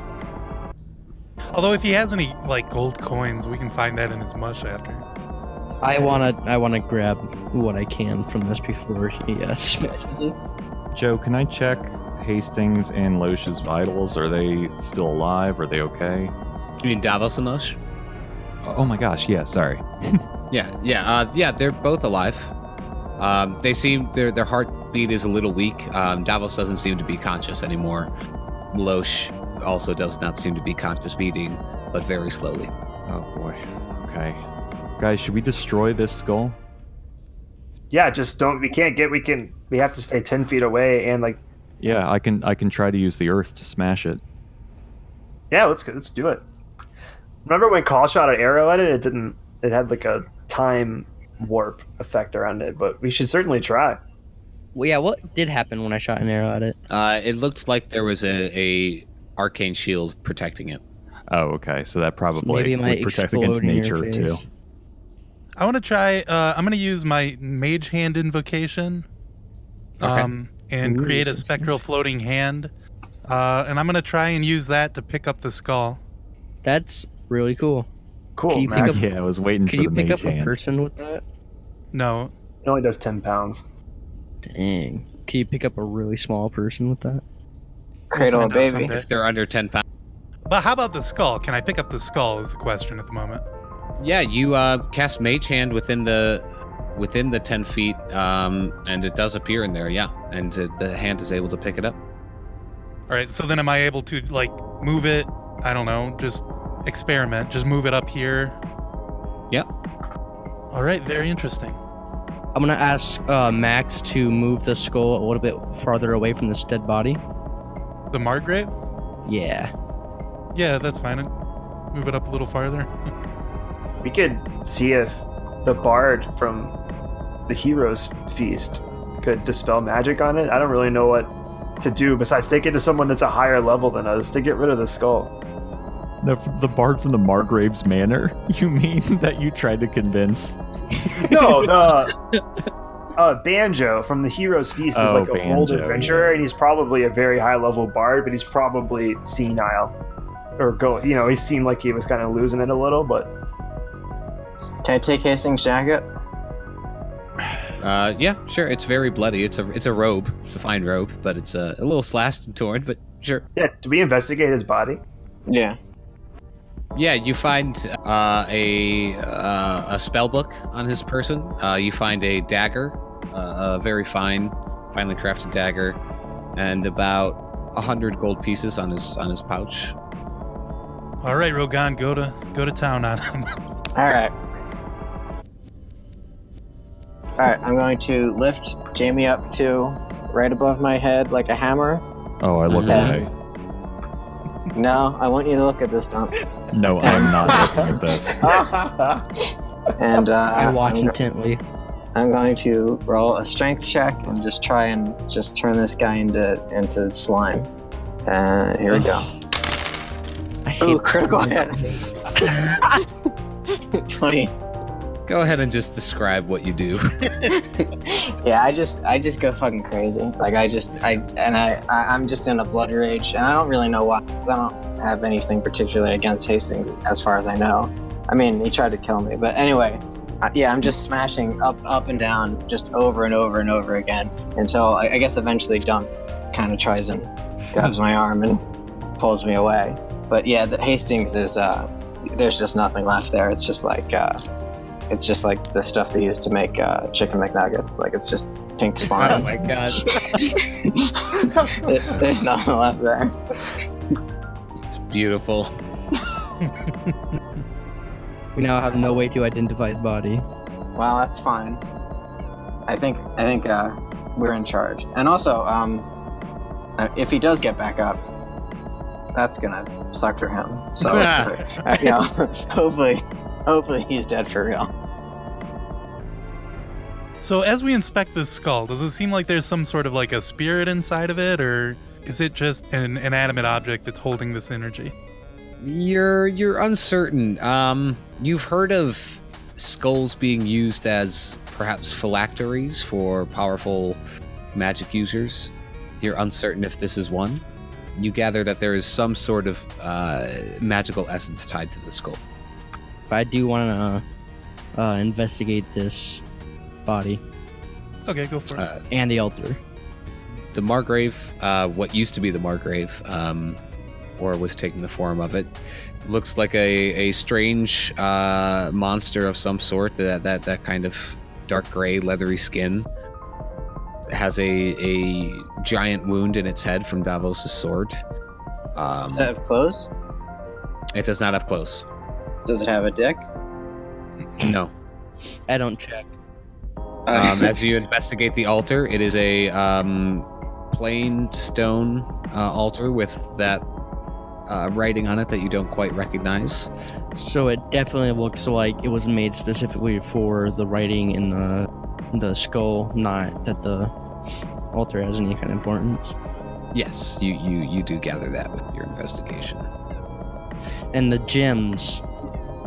Speaker 1: Although if he has any like gold coins, we can find that in his mush after.
Speaker 5: I wanna, I wanna grab what I can from this before he uh, [LAUGHS] smashes it.
Speaker 4: Joe, can I check Hastings and Losh's vitals? Are they still alive? Are they okay?
Speaker 3: You mean Davos and Losh?
Speaker 4: Oh my gosh, yeah, sorry.
Speaker 3: Yeah, yeah, uh, yeah. They're both alive. Um, they seem their their heartbeat is a little weak. Um, Davos doesn't seem to be conscious anymore. Loesch also does not seem to be conscious, beating but very slowly.
Speaker 4: Oh boy. Okay. Guys, should we destroy this skull?
Speaker 6: Yeah, just don't. We can't get. We can. We have to stay ten feet away, and like,
Speaker 4: Yeah, I can I can try to use the earth to smash it.
Speaker 6: yeah, let's go- let's do it. Remember when Call shot an arrow at it? It didn't. It had like a time warp effect around it, but we should certainly try.
Speaker 5: Well, yeah, what did happen when I shot an arrow at it?
Speaker 3: Uh, it looked like there was a, a arcane shield protecting it.
Speaker 4: Oh, okay. So that probably
Speaker 5: Maybe it might
Speaker 4: would protect against
Speaker 5: explode in your
Speaker 4: nature too.
Speaker 5: face.
Speaker 1: I want to try. Uh, I'm going to use my mage hand invocation,
Speaker 3: Okay.
Speaker 1: um, and create a spectral floating hand, uh, and I'm going to try and use that to pick up the skull.
Speaker 5: That's really cool.
Speaker 6: Cool.
Speaker 5: Can you
Speaker 6: man.
Speaker 5: pick up-
Speaker 4: yeah, I was waiting
Speaker 5: Could
Speaker 4: for
Speaker 5: you
Speaker 4: the
Speaker 5: pick
Speaker 4: mage
Speaker 5: up a
Speaker 4: hand.
Speaker 5: person with that?
Speaker 1: No,
Speaker 6: It only does ten pounds.
Speaker 5: Dang. Can you pick up a really small person with that?
Speaker 7: Cradle a
Speaker 1: find out
Speaker 7: baby.
Speaker 1: someday.
Speaker 3: If they're under ten pounds,
Speaker 1: But how about the skull? Can I pick up the skull? Is the question at the moment.
Speaker 3: yeah, you uh, cast Mage Hand within the within the ten feet, um, and it does appear in there. Yeah, and uh, the hand is able to pick it up.
Speaker 1: All right. So then, am I able to like move it? I don't know. Just experiment. Just move it up here.
Speaker 3: Yep.
Speaker 1: All right. Very interesting.
Speaker 5: I'm gonna ask uh, Max to move the skull a little bit farther away from this dead body.
Speaker 1: The Margrave?
Speaker 5: Yeah.
Speaker 1: Yeah, that's fine. Move it up a little farther.
Speaker 6: We could see if the bard from the Heroes Feast could dispel magic on it. I don't really know what to do besides take it to someone that's a higher level than us to get rid of the skull.
Speaker 4: The, the bard from the Margraves [LAUGHS] [LAUGHS] Manor? You mean that you tried to convince?
Speaker 6: No, the uh, Banjo from the Hero's Feast is
Speaker 4: Oh,
Speaker 6: like a bold
Speaker 4: Banjo,
Speaker 6: adventurer, and he's probably a very high level bard, but he's probably senile. Or go, you know, he seemed like he was kind of losing it a little, but
Speaker 7: Can I take Hastings' jacket?
Speaker 3: Uh, yeah, sure. It's very bloody. It's a it's a robe. It's a fine robe, but it's a, a little slashed and torn. But sure.
Speaker 6: yeah. Do we investigate his body?
Speaker 7: Yeah.
Speaker 3: Yeah, you find uh, a uh, a spell book on his person. Uh, you find a dagger, uh, a very fine, finely crafted dagger, and about a hundred gold pieces on his on his pouch.
Speaker 1: All right, Rogan, go to go to town on him. [LAUGHS]
Speaker 7: All right. All right. I'm going to lift Jamie up to right above my head like a hammer.
Speaker 4: Oh, I look
Speaker 5: Uh-huh.
Speaker 7: Yeah.
Speaker 4: away.
Speaker 7: No, I want you to look at this dump.
Speaker 4: No, I'm
Speaker 5: [LAUGHS]
Speaker 4: not looking at this.
Speaker 7: And uh,
Speaker 5: I watch
Speaker 7: I'm,
Speaker 5: intently.
Speaker 7: I'm going to roll a strength check and just try and just turn this guy into into slime. Uh, here we go.
Speaker 5: I hate
Speaker 7: Ooh, critical hit. [LAUGHS] Twenty.
Speaker 3: Go ahead and just describe what you do. [LAUGHS]
Speaker 7: Yeah, I just I just go fucking crazy. Like I just I and I, I I'm just in a blood rage, and I don't really know why. 'cause I don't have anything particularly against Hastings, as far as I know. I mean, he tried to kill me, but anyway, I, yeah, I'm just smashing up up and down, just over and over and over again until I, I guess eventually Dump kind of tries and grabs my arm and pulls me away. But yeah, the Hastings is uh, there's just nothing left there. It's just like uh, it's just like the stuff they use to make uh, chicken McNuggets. Like it's just pink
Speaker 3: oh
Speaker 7: slime.
Speaker 3: my god!
Speaker 7: [LAUGHS] There- there's nothing left there.
Speaker 3: It's beautiful.
Speaker 5: We now have no way to identify his body.
Speaker 7: Well, that's fine. I think I think uh, we're in charge. And also, um, uh, if he does get back up, that's gonna suck for him. So, uh, you know, [LAUGHS] hopefully, hopefully he's dead for real.
Speaker 1: So as we inspect this skull, does it seem like there's some sort of like a spirit inside of it, or is it just an inanimate object that's holding this energy?
Speaker 3: You're you're uncertain. Um, you've heard of skulls being used as perhaps phylacteries for powerful magic users. You're uncertain if this is one. You gather that there is some sort of uh, magical essence tied to the skull.
Speaker 5: But I do want to uh, investigate this body
Speaker 1: Okay, go for it.
Speaker 3: Uh,
Speaker 5: and the altar.
Speaker 3: the Margrave, uh, what used to be the Margrave, um, or was taking the form of it, looks like a, a strange uh, monster of some sort. That that that kind of dark gray, leathery skin has a a giant wound in its head from Davos' sword. Um,
Speaker 7: Does it have clothes?
Speaker 3: it does not have clothes.
Speaker 7: Does it have a dick?
Speaker 3: No.
Speaker 5: I don't check.
Speaker 7: Uh, [LAUGHS]
Speaker 3: Um, as you investigate the altar, it is a um, plain stone uh, altar with that uh, writing on it that you don't quite recognize.
Speaker 5: So it definitely looks like it was made specifically for the writing and the the skull, not that the altar has any kind of importance.
Speaker 3: Yes, you, you, you do gather that with your investigation.
Speaker 5: And the gems,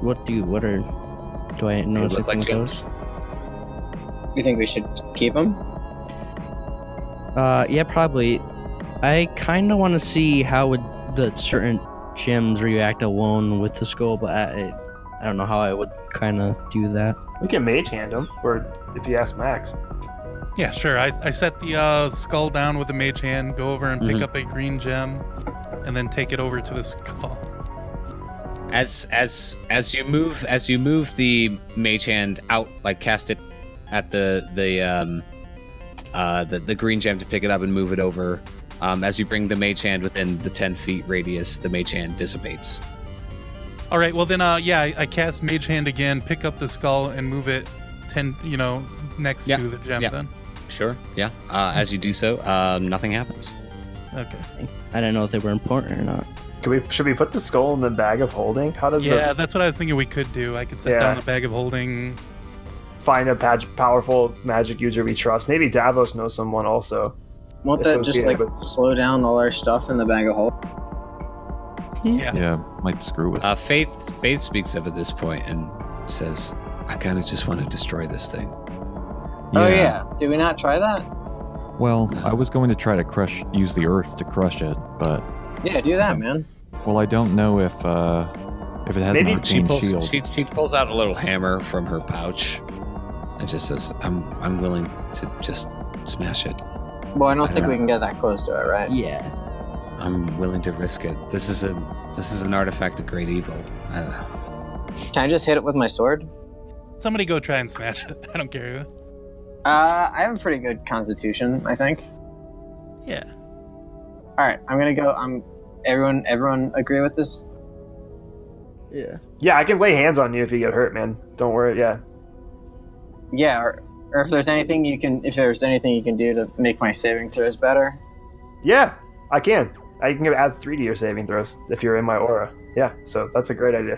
Speaker 5: what do what are do I know
Speaker 3: look
Speaker 5: something
Speaker 3: like
Speaker 5: with those?
Speaker 7: you think we should keep him?
Speaker 5: Uh, yeah, probably. I kind of want to see how would the certain gems react alone with the skull, but I, I don't know how I would kind of do that.
Speaker 6: We can mage hand him, or if you ask Max.
Speaker 1: yeah, sure. I, I set the uh, skull down with a mage hand, go over and pick
Speaker 3: Mhm.
Speaker 1: up a green gem, and then take it over to the skull.
Speaker 3: As as as you move as you move the mage hand out, like cast it at the the um, uh, the, the green gem to pick it up and move it over. Um, as you bring the mage hand within the ten feet radius, the mage hand dissipates.
Speaker 1: All right. Well, then, uh, yeah, I, I cast mage hand again, pick up the skull, and move it ten, you know, next
Speaker 3: Yeah,
Speaker 1: to the gem.
Speaker 3: yeah.
Speaker 1: Then.
Speaker 3: Sure. Yeah. Uh, as you do so, um, nothing happens.
Speaker 1: Okay.
Speaker 5: I don't know if they were important or not.
Speaker 6: Can we? Should we put the skull in the bag of holding? How does
Speaker 1: Yeah, that's what I was thinking. We could do. I could set
Speaker 6: Yeah.
Speaker 1: down the bag of holding.
Speaker 6: the find a pag- powerful magic user we trust? Maybe Davos knows someone also.
Speaker 7: Won't that just like
Speaker 6: Associated
Speaker 7: slow down all our stuff in the bag of holes?
Speaker 1: Yeah.
Speaker 4: Yeah, might screw with.
Speaker 3: Uh, Faith Faith speaks up at this point and says, "I kind of just want to destroy this thing."
Speaker 7: Oh yeah. Did we not try that?
Speaker 4: Well, I was going to try to crush, use the earth to crush it, but
Speaker 7: Yeah, do that, man.
Speaker 4: well, I don't know if uh, if it has
Speaker 6: Maybe
Speaker 4: an
Speaker 3: She
Speaker 4: arcane
Speaker 3: pulls,
Speaker 4: shield.
Speaker 3: she, she pulls out a little hammer from her pouch and just says, I'm, I'm willing to just smash it.
Speaker 7: Well, I don't
Speaker 3: I
Speaker 7: think
Speaker 3: don't
Speaker 7: we can get that close to it, right?
Speaker 5: Yeah.
Speaker 3: I'm willing to risk it. This is a this is an artifact of great evil. Uh,
Speaker 7: Can I just hit it with my sword?
Speaker 1: Somebody go try and smash it. [LAUGHS] I don't care. who.
Speaker 7: Uh, I have a pretty good constitution, I think.
Speaker 1: Yeah.
Speaker 7: All right, I'm gonna go. I'm. Everyone, everyone, agree with this?
Speaker 5: Yeah.
Speaker 6: Yeah, I can lay hands on you if you get hurt, man. Don't worry. Yeah.
Speaker 7: Yeah. Or, or if there's anything you can, if there's anything you can do to make my saving throws better.
Speaker 6: Yeah, I can. I can add three to your saving throws if you're in my aura. Yeah, so that's a great idea.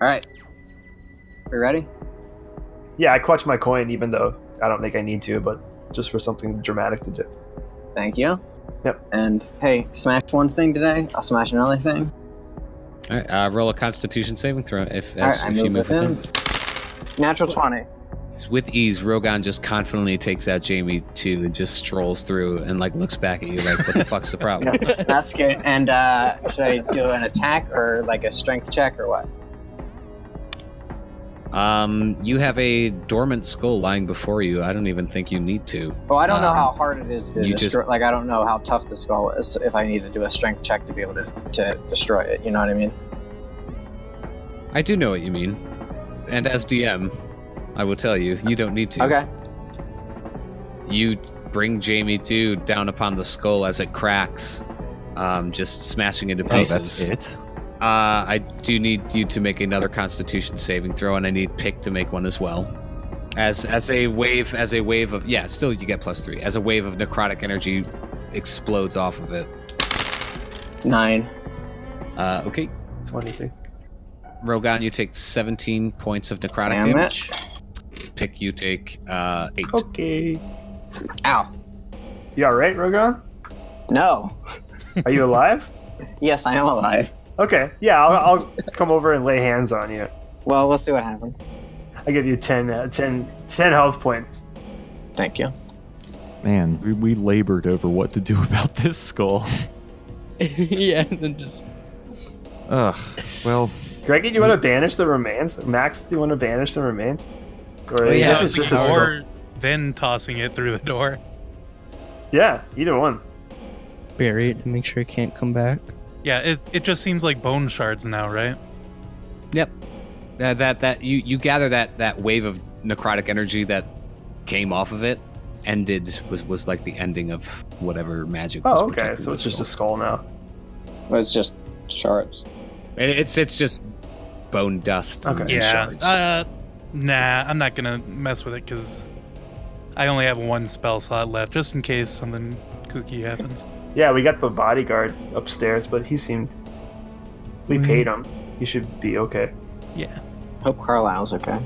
Speaker 7: All right. We ready?
Speaker 6: Yeah, I clutch my coin even though I don't think I need to, but just for something dramatic to do.
Speaker 7: Thank you.
Speaker 6: Yep.
Speaker 7: And hey, smash one thing today. I'll smash another thing.
Speaker 3: all right, uh, roll a Constitution saving throw if,
Speaker 7: All
Speaker 3: as,
Speaker 7: right, I
Speaker 3: if
Speaker 7: move
Speaker 3: you move
Speaker 7: within.
Speaker 3: within.
Speaker 7: Natural twenty.
Speaker 3: With ease, Rogan just confidently takes out Jamie too and just strolls through and like looks back at you like, "What the fuck's the problem?"
Speaker 7: That's good. And uh, should I do an attack or like a strength check or what?
Speaker 3: Um, you have a dormant skull lying before you. I don't even think you need to.
Speaker 7: Well, I don't know
Speaker 3: Um,
Speaker 7: how hard it is to
Speaker 3: you
Speaker 7: destroy.
Speaker 3: just-
Speaker 7: Like, I don't know how tough the skull is. If I need to do a strength check to be able to, to destroy it, you know what I mean?
Speaker 3: I do know what you mean, and as DM, I will tell you, you don't need to.
Speaker 7: Okay.
Speaker 3: You bring Jamie too down upon the skull as it cracks, um, just smashing into
Speaker 4: Oh,
Speaker 3: pieces.
Speaker 4: that's it.
Speaker 3: Uh, I do need you to make another Constitution saving throw, and I need Pick to make one as well. As as a wave, as a wave of yeah, still you get plus three. As a wave of necrotic energy explodes off of it.
Speaker 7: Nine.
Speaker 3: Uh, okay,
Speaker 6: Twenty-three.
Speaker 3: Rogan, you take seventeen points of necrotic
Speaker 7: Damn it.
Speaker 3: damage. Pick, you take uh, eight.
Speaker 6: Oh. Okay.
Speaker 7: Ow.
Speaker 6: You all right, Rogan?
Speaker 7: No.
Speaker 6: Are you alive? [LAUGHS]
Speaker 7: Yes, I am alive.
Speaker 6: Okay. Yeah, I'll, I'll come over and lay hands on you.
Speaker 7: Well, we'll see what happens.
Speaker 6: I give you 10, uh, 10, 10 health points.
Speaker 7: Thank you.
Speaker 4: Man, we, we labored over what to do [LAUGHS] about this skull.
Speaker 5: [LAUGHS] yeah. And then just
Speaker 4: Ugh. Well,
Speaker 6: Greggy, do you want to banish the remains? Max, do you want to banish the remains? Or
Speaker 5: Oh, yeah,
Speaker 6: this
Speaker 5: I
Speaker 6: is
Speaker 5: was
Speaker 6: just a
Speaker 5: thinking
Speaker 6: skull.
Speaker 1: or then tossing it through the door.
Speaker 6: Yeah, either one.
Speaker 5: bury it and make sure it can't come back.
Speaker 1: Yeah, it, it just seems like bone shards now, right?
Speaker 3: Yep. That that that you you gather that that wave of necrotic energy that came off of it ended was was like the ending of whatever magic. was
Speaker 6: Oh, okay.
Speaker 3: protecting
Speaker 6: So
Speaker 3: the
Speaker 6: it's just a
Speaker 3: skull.
Speaker 6: skull now.
Speaker 7: Well, it's just shards.
Speaker 3: It- it's it's just bone dust. and
Speaker 6: Okay.
Speaker 1: yeah.
Speaker 3: shards.
Speaker 1: Uh, nah, I'm not gonna mess with it because I only have one spell slot left, just in case something kooky happens.
Speaker 6: Yeah, we got the bodyguard upstairs, but he seemed. We
Speaker 5: Hmm.
Speaker 6: paid him. He should be okay.
Speaker 1: Yeah.
Speaker 7: Hope Carlisle's okay.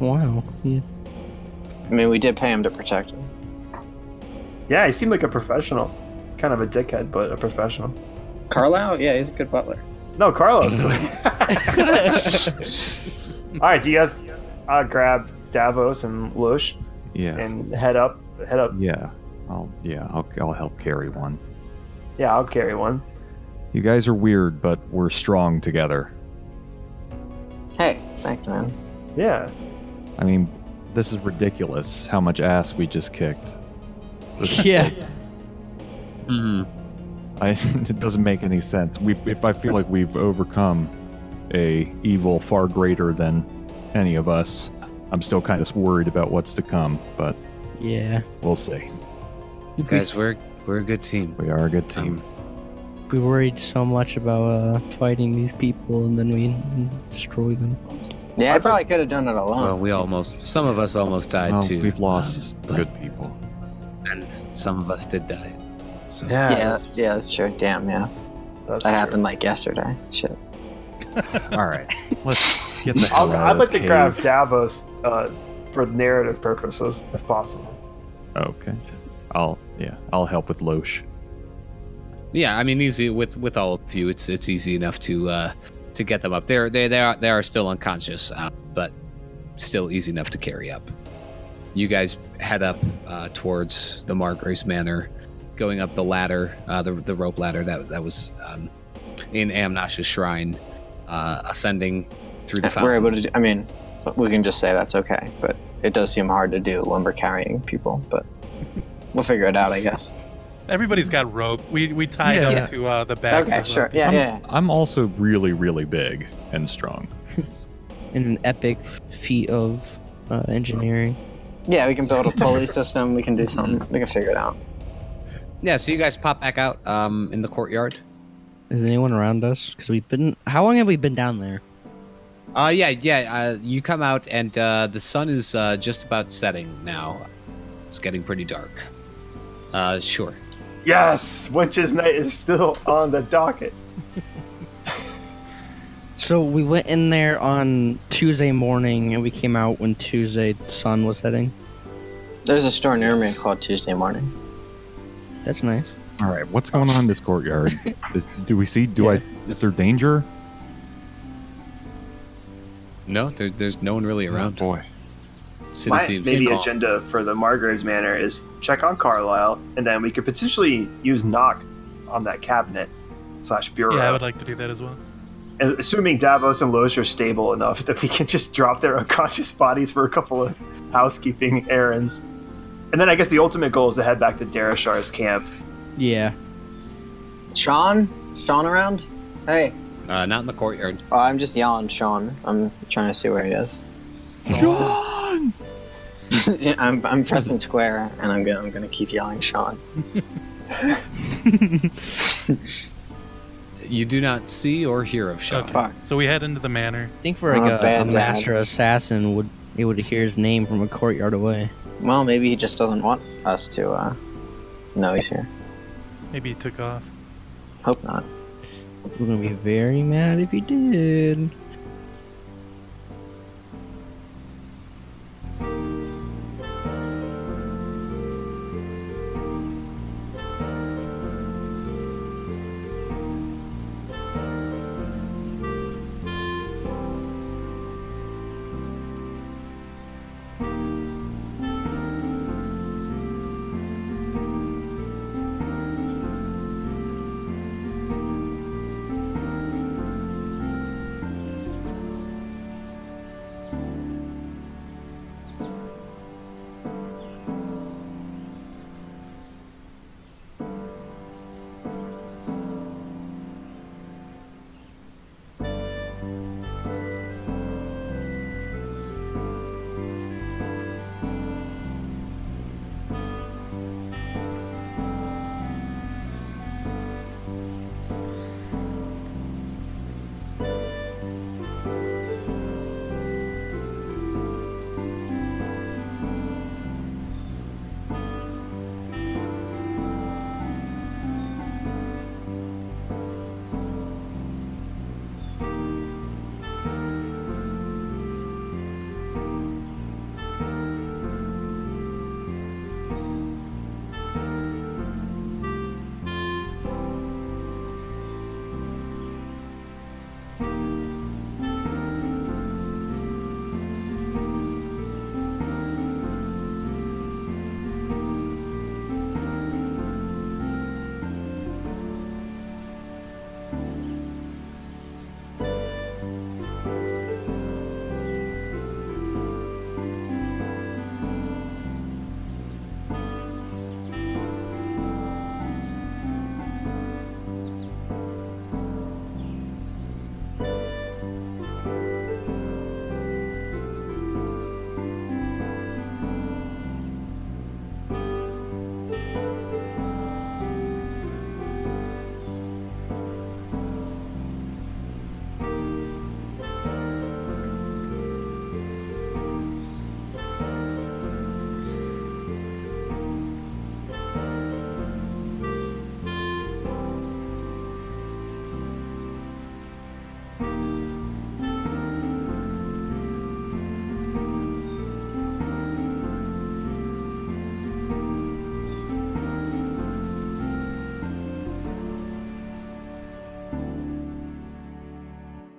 Speaker 5: Wow. Yeah.
Speaker 7: I mean, we did pay him to protect him.
Speaker 6: Yeah, he seemed like a professional. Kind of a dickhead, but a professional.
Speaker 7: Carlisle? Yeah, he's a good butler.
Speaker 6: No, Carlos. [LAUGHS] All right, do you guys uh, grab Davos and Lush
Speaker 4: yeah,
Speaker 6: and head up? Head up.
Speaker 4: yeah. I'll yeah, I'll I'll help carry one.
Speaker 6: Yeah, I'll carry one.
Speaker 4: You guys are weird, but we're strong together.
Speaker 7: Hey, thanks, man.
Speaker 6: Yeah.
Speaker 4: I mean, this is ridiculous how much ass we just kicked.
Speaker 5: [LAUGHS]
Speaker 4: This is
Speaker 5: Yeah.
Speaker 3: Mhm.
Speaker 4: I, [LAUGHS] it doesn't make any sense. We, if I feel like we've overcome a evil far greater than any of us, I'm still kind of worried about what's to come. But
Speaker 5: Yeah.
Speaker 4: we'll see.
Speaker 3: guys, we're we're a good team.
Speaker 4: We are a good
Speaker 3: Um,
Speaker 4: team.
Speaker 5: We worried so much about uh, fighting these people, and then we destroy them.
Speaker 7: Yeah, I probably could have done it alone.
Speaker 3: well, we almost some of us almost died
Speaker 4: Well,
Speaker 3: too.
Speaker 4: we've lost
Speaker 3: um,
Speaker 4: good people.
Speaker 3: but- and some of us did die. So
Speaker 6: Yeah.
Speaker 7: yeah, that's, yeah, that's true. Damn, yeah.
Speaker 6: that's
Speaker 7: that
Speaker 6: true.
Speaker 7: happened like yesterday. Shit.
Speaker 4: All right, [LAUGHS] let's get the hell
Speaker 6: I'll,
Speaker 4: out
Speaker 6: I'd
Speaker 4: of this
Speaker 6: like to
Speaker 4: cave.
Speaker 6: grab Davos uh, for narrative purposes, if possible.
Speaker 4: Okay, I'll yeah, I'll help with Loesch.
Speaker 3: Yeah, I mean, easy with with all of you, it's it's easy enough to uh to get them up. They're they they are they are still unconscious, uh, but still easy enough to carry up. You guys head up uh, towards the Margrace Manor, going up the ladder, uh, the, the rope ladder that, that was um, in Amnash's shrine, uh, ascending through the
Speaker 7: If we're
Speaker 3: fountain.
Speaker 7: able to, do, I mean, we can just say that's okay. But it does seem hard to do lumber carrying people, but we'll figure it out, I guess.
Speaker 1: Everybody's got rope. We we tie it up
Speaker 3: Yeah.
Speaker 1: to uh, the back.
Speaker 7: okay, sure. Yeah,
Speaker 4: I'm,
Speaker 7: yeah.
Speaker 4: I'm also really, really big and strong.
Speaker 5: in an epic feat of uh, engineering.
Speaker 7: Yeah, we can build a pulley system. We can do something. We can figure it out.
Speaker 3: Yeah, so you guys pop back out um, in the courtyard.
Speaker 5: Is anyone around us? Because we've been. How long have we been down there?
Speaker 3: Uh, yeah, yeah. Uh, you come out, and uh, the sun is uh, just about setting now. It's getting pretty dark. Uh, sure.
Speaker 6: Yes, Witch's Night is still on the docket.
Speaker 5: So we went in there on Tuesday morning, and we came out when Tuesday sun was setting.
Speaker 7: There's a store near me called Tuesday Morning.
Speaker 5: That's nice.
Speaker 4: All right, what's going on in this courtyard? Is, do we see? Do I? Is there danger?
Speaker 3: No, there, there's no one really around.
Speaker 4: boy.
Speaker 3: City
Speaker 6: My
Speaker 3: seems
Speaker 6: maybe
Speaker 3: calm.
Speaker 6: agenda for the Margaret's Manor is check on Carlisle, and then we could potentially use knock on that cabinet slash bureau.
Speaker 1: Yeah, I would like to do that as well.
Speaker 6: And assuming Davos and Loesch are stable enough that we can [LAUGHS] just drop their unconscious bodies for a couple of housekeeping errands. And then I guess the ultimate goal is to head back to Darishar's camp.
Speaker 5: Yeah.
Speaker 7: Sean? Sean around? Hey.
Speaker 3: Uh, not in the courtyard.
Speaker 7: Oh, I'm just yelling, Sean. I'm trying to see where he is.
Speaker 4: John.
Speaker 7: Yeah, [LAUGHS] I'm, I'm pressing square, and I'm gonna, I'm gonna keep yelling, Sean.
Speaker 3: You do not see or hear of Sean.
Speaker 1: Okay.
Speaker 7: Fuck.
Speaker 1: So we head into the manor.
Speaker 5: I think for like
Speaker 7: Not
Speaker 5: a,
Speaker 7: bad,
Speaker 5: a
Speaker 7: Dad.
Speaker 5: master assassin would be able to hear his name from a courtyard away.
Speaker 7: Well, maybe he just doesn't want us to uh, know he's here.
Speaker 1: Maybe he took off.
Speaker 7: Hope not.
Speaker 5: We're gonna be very mad if he did.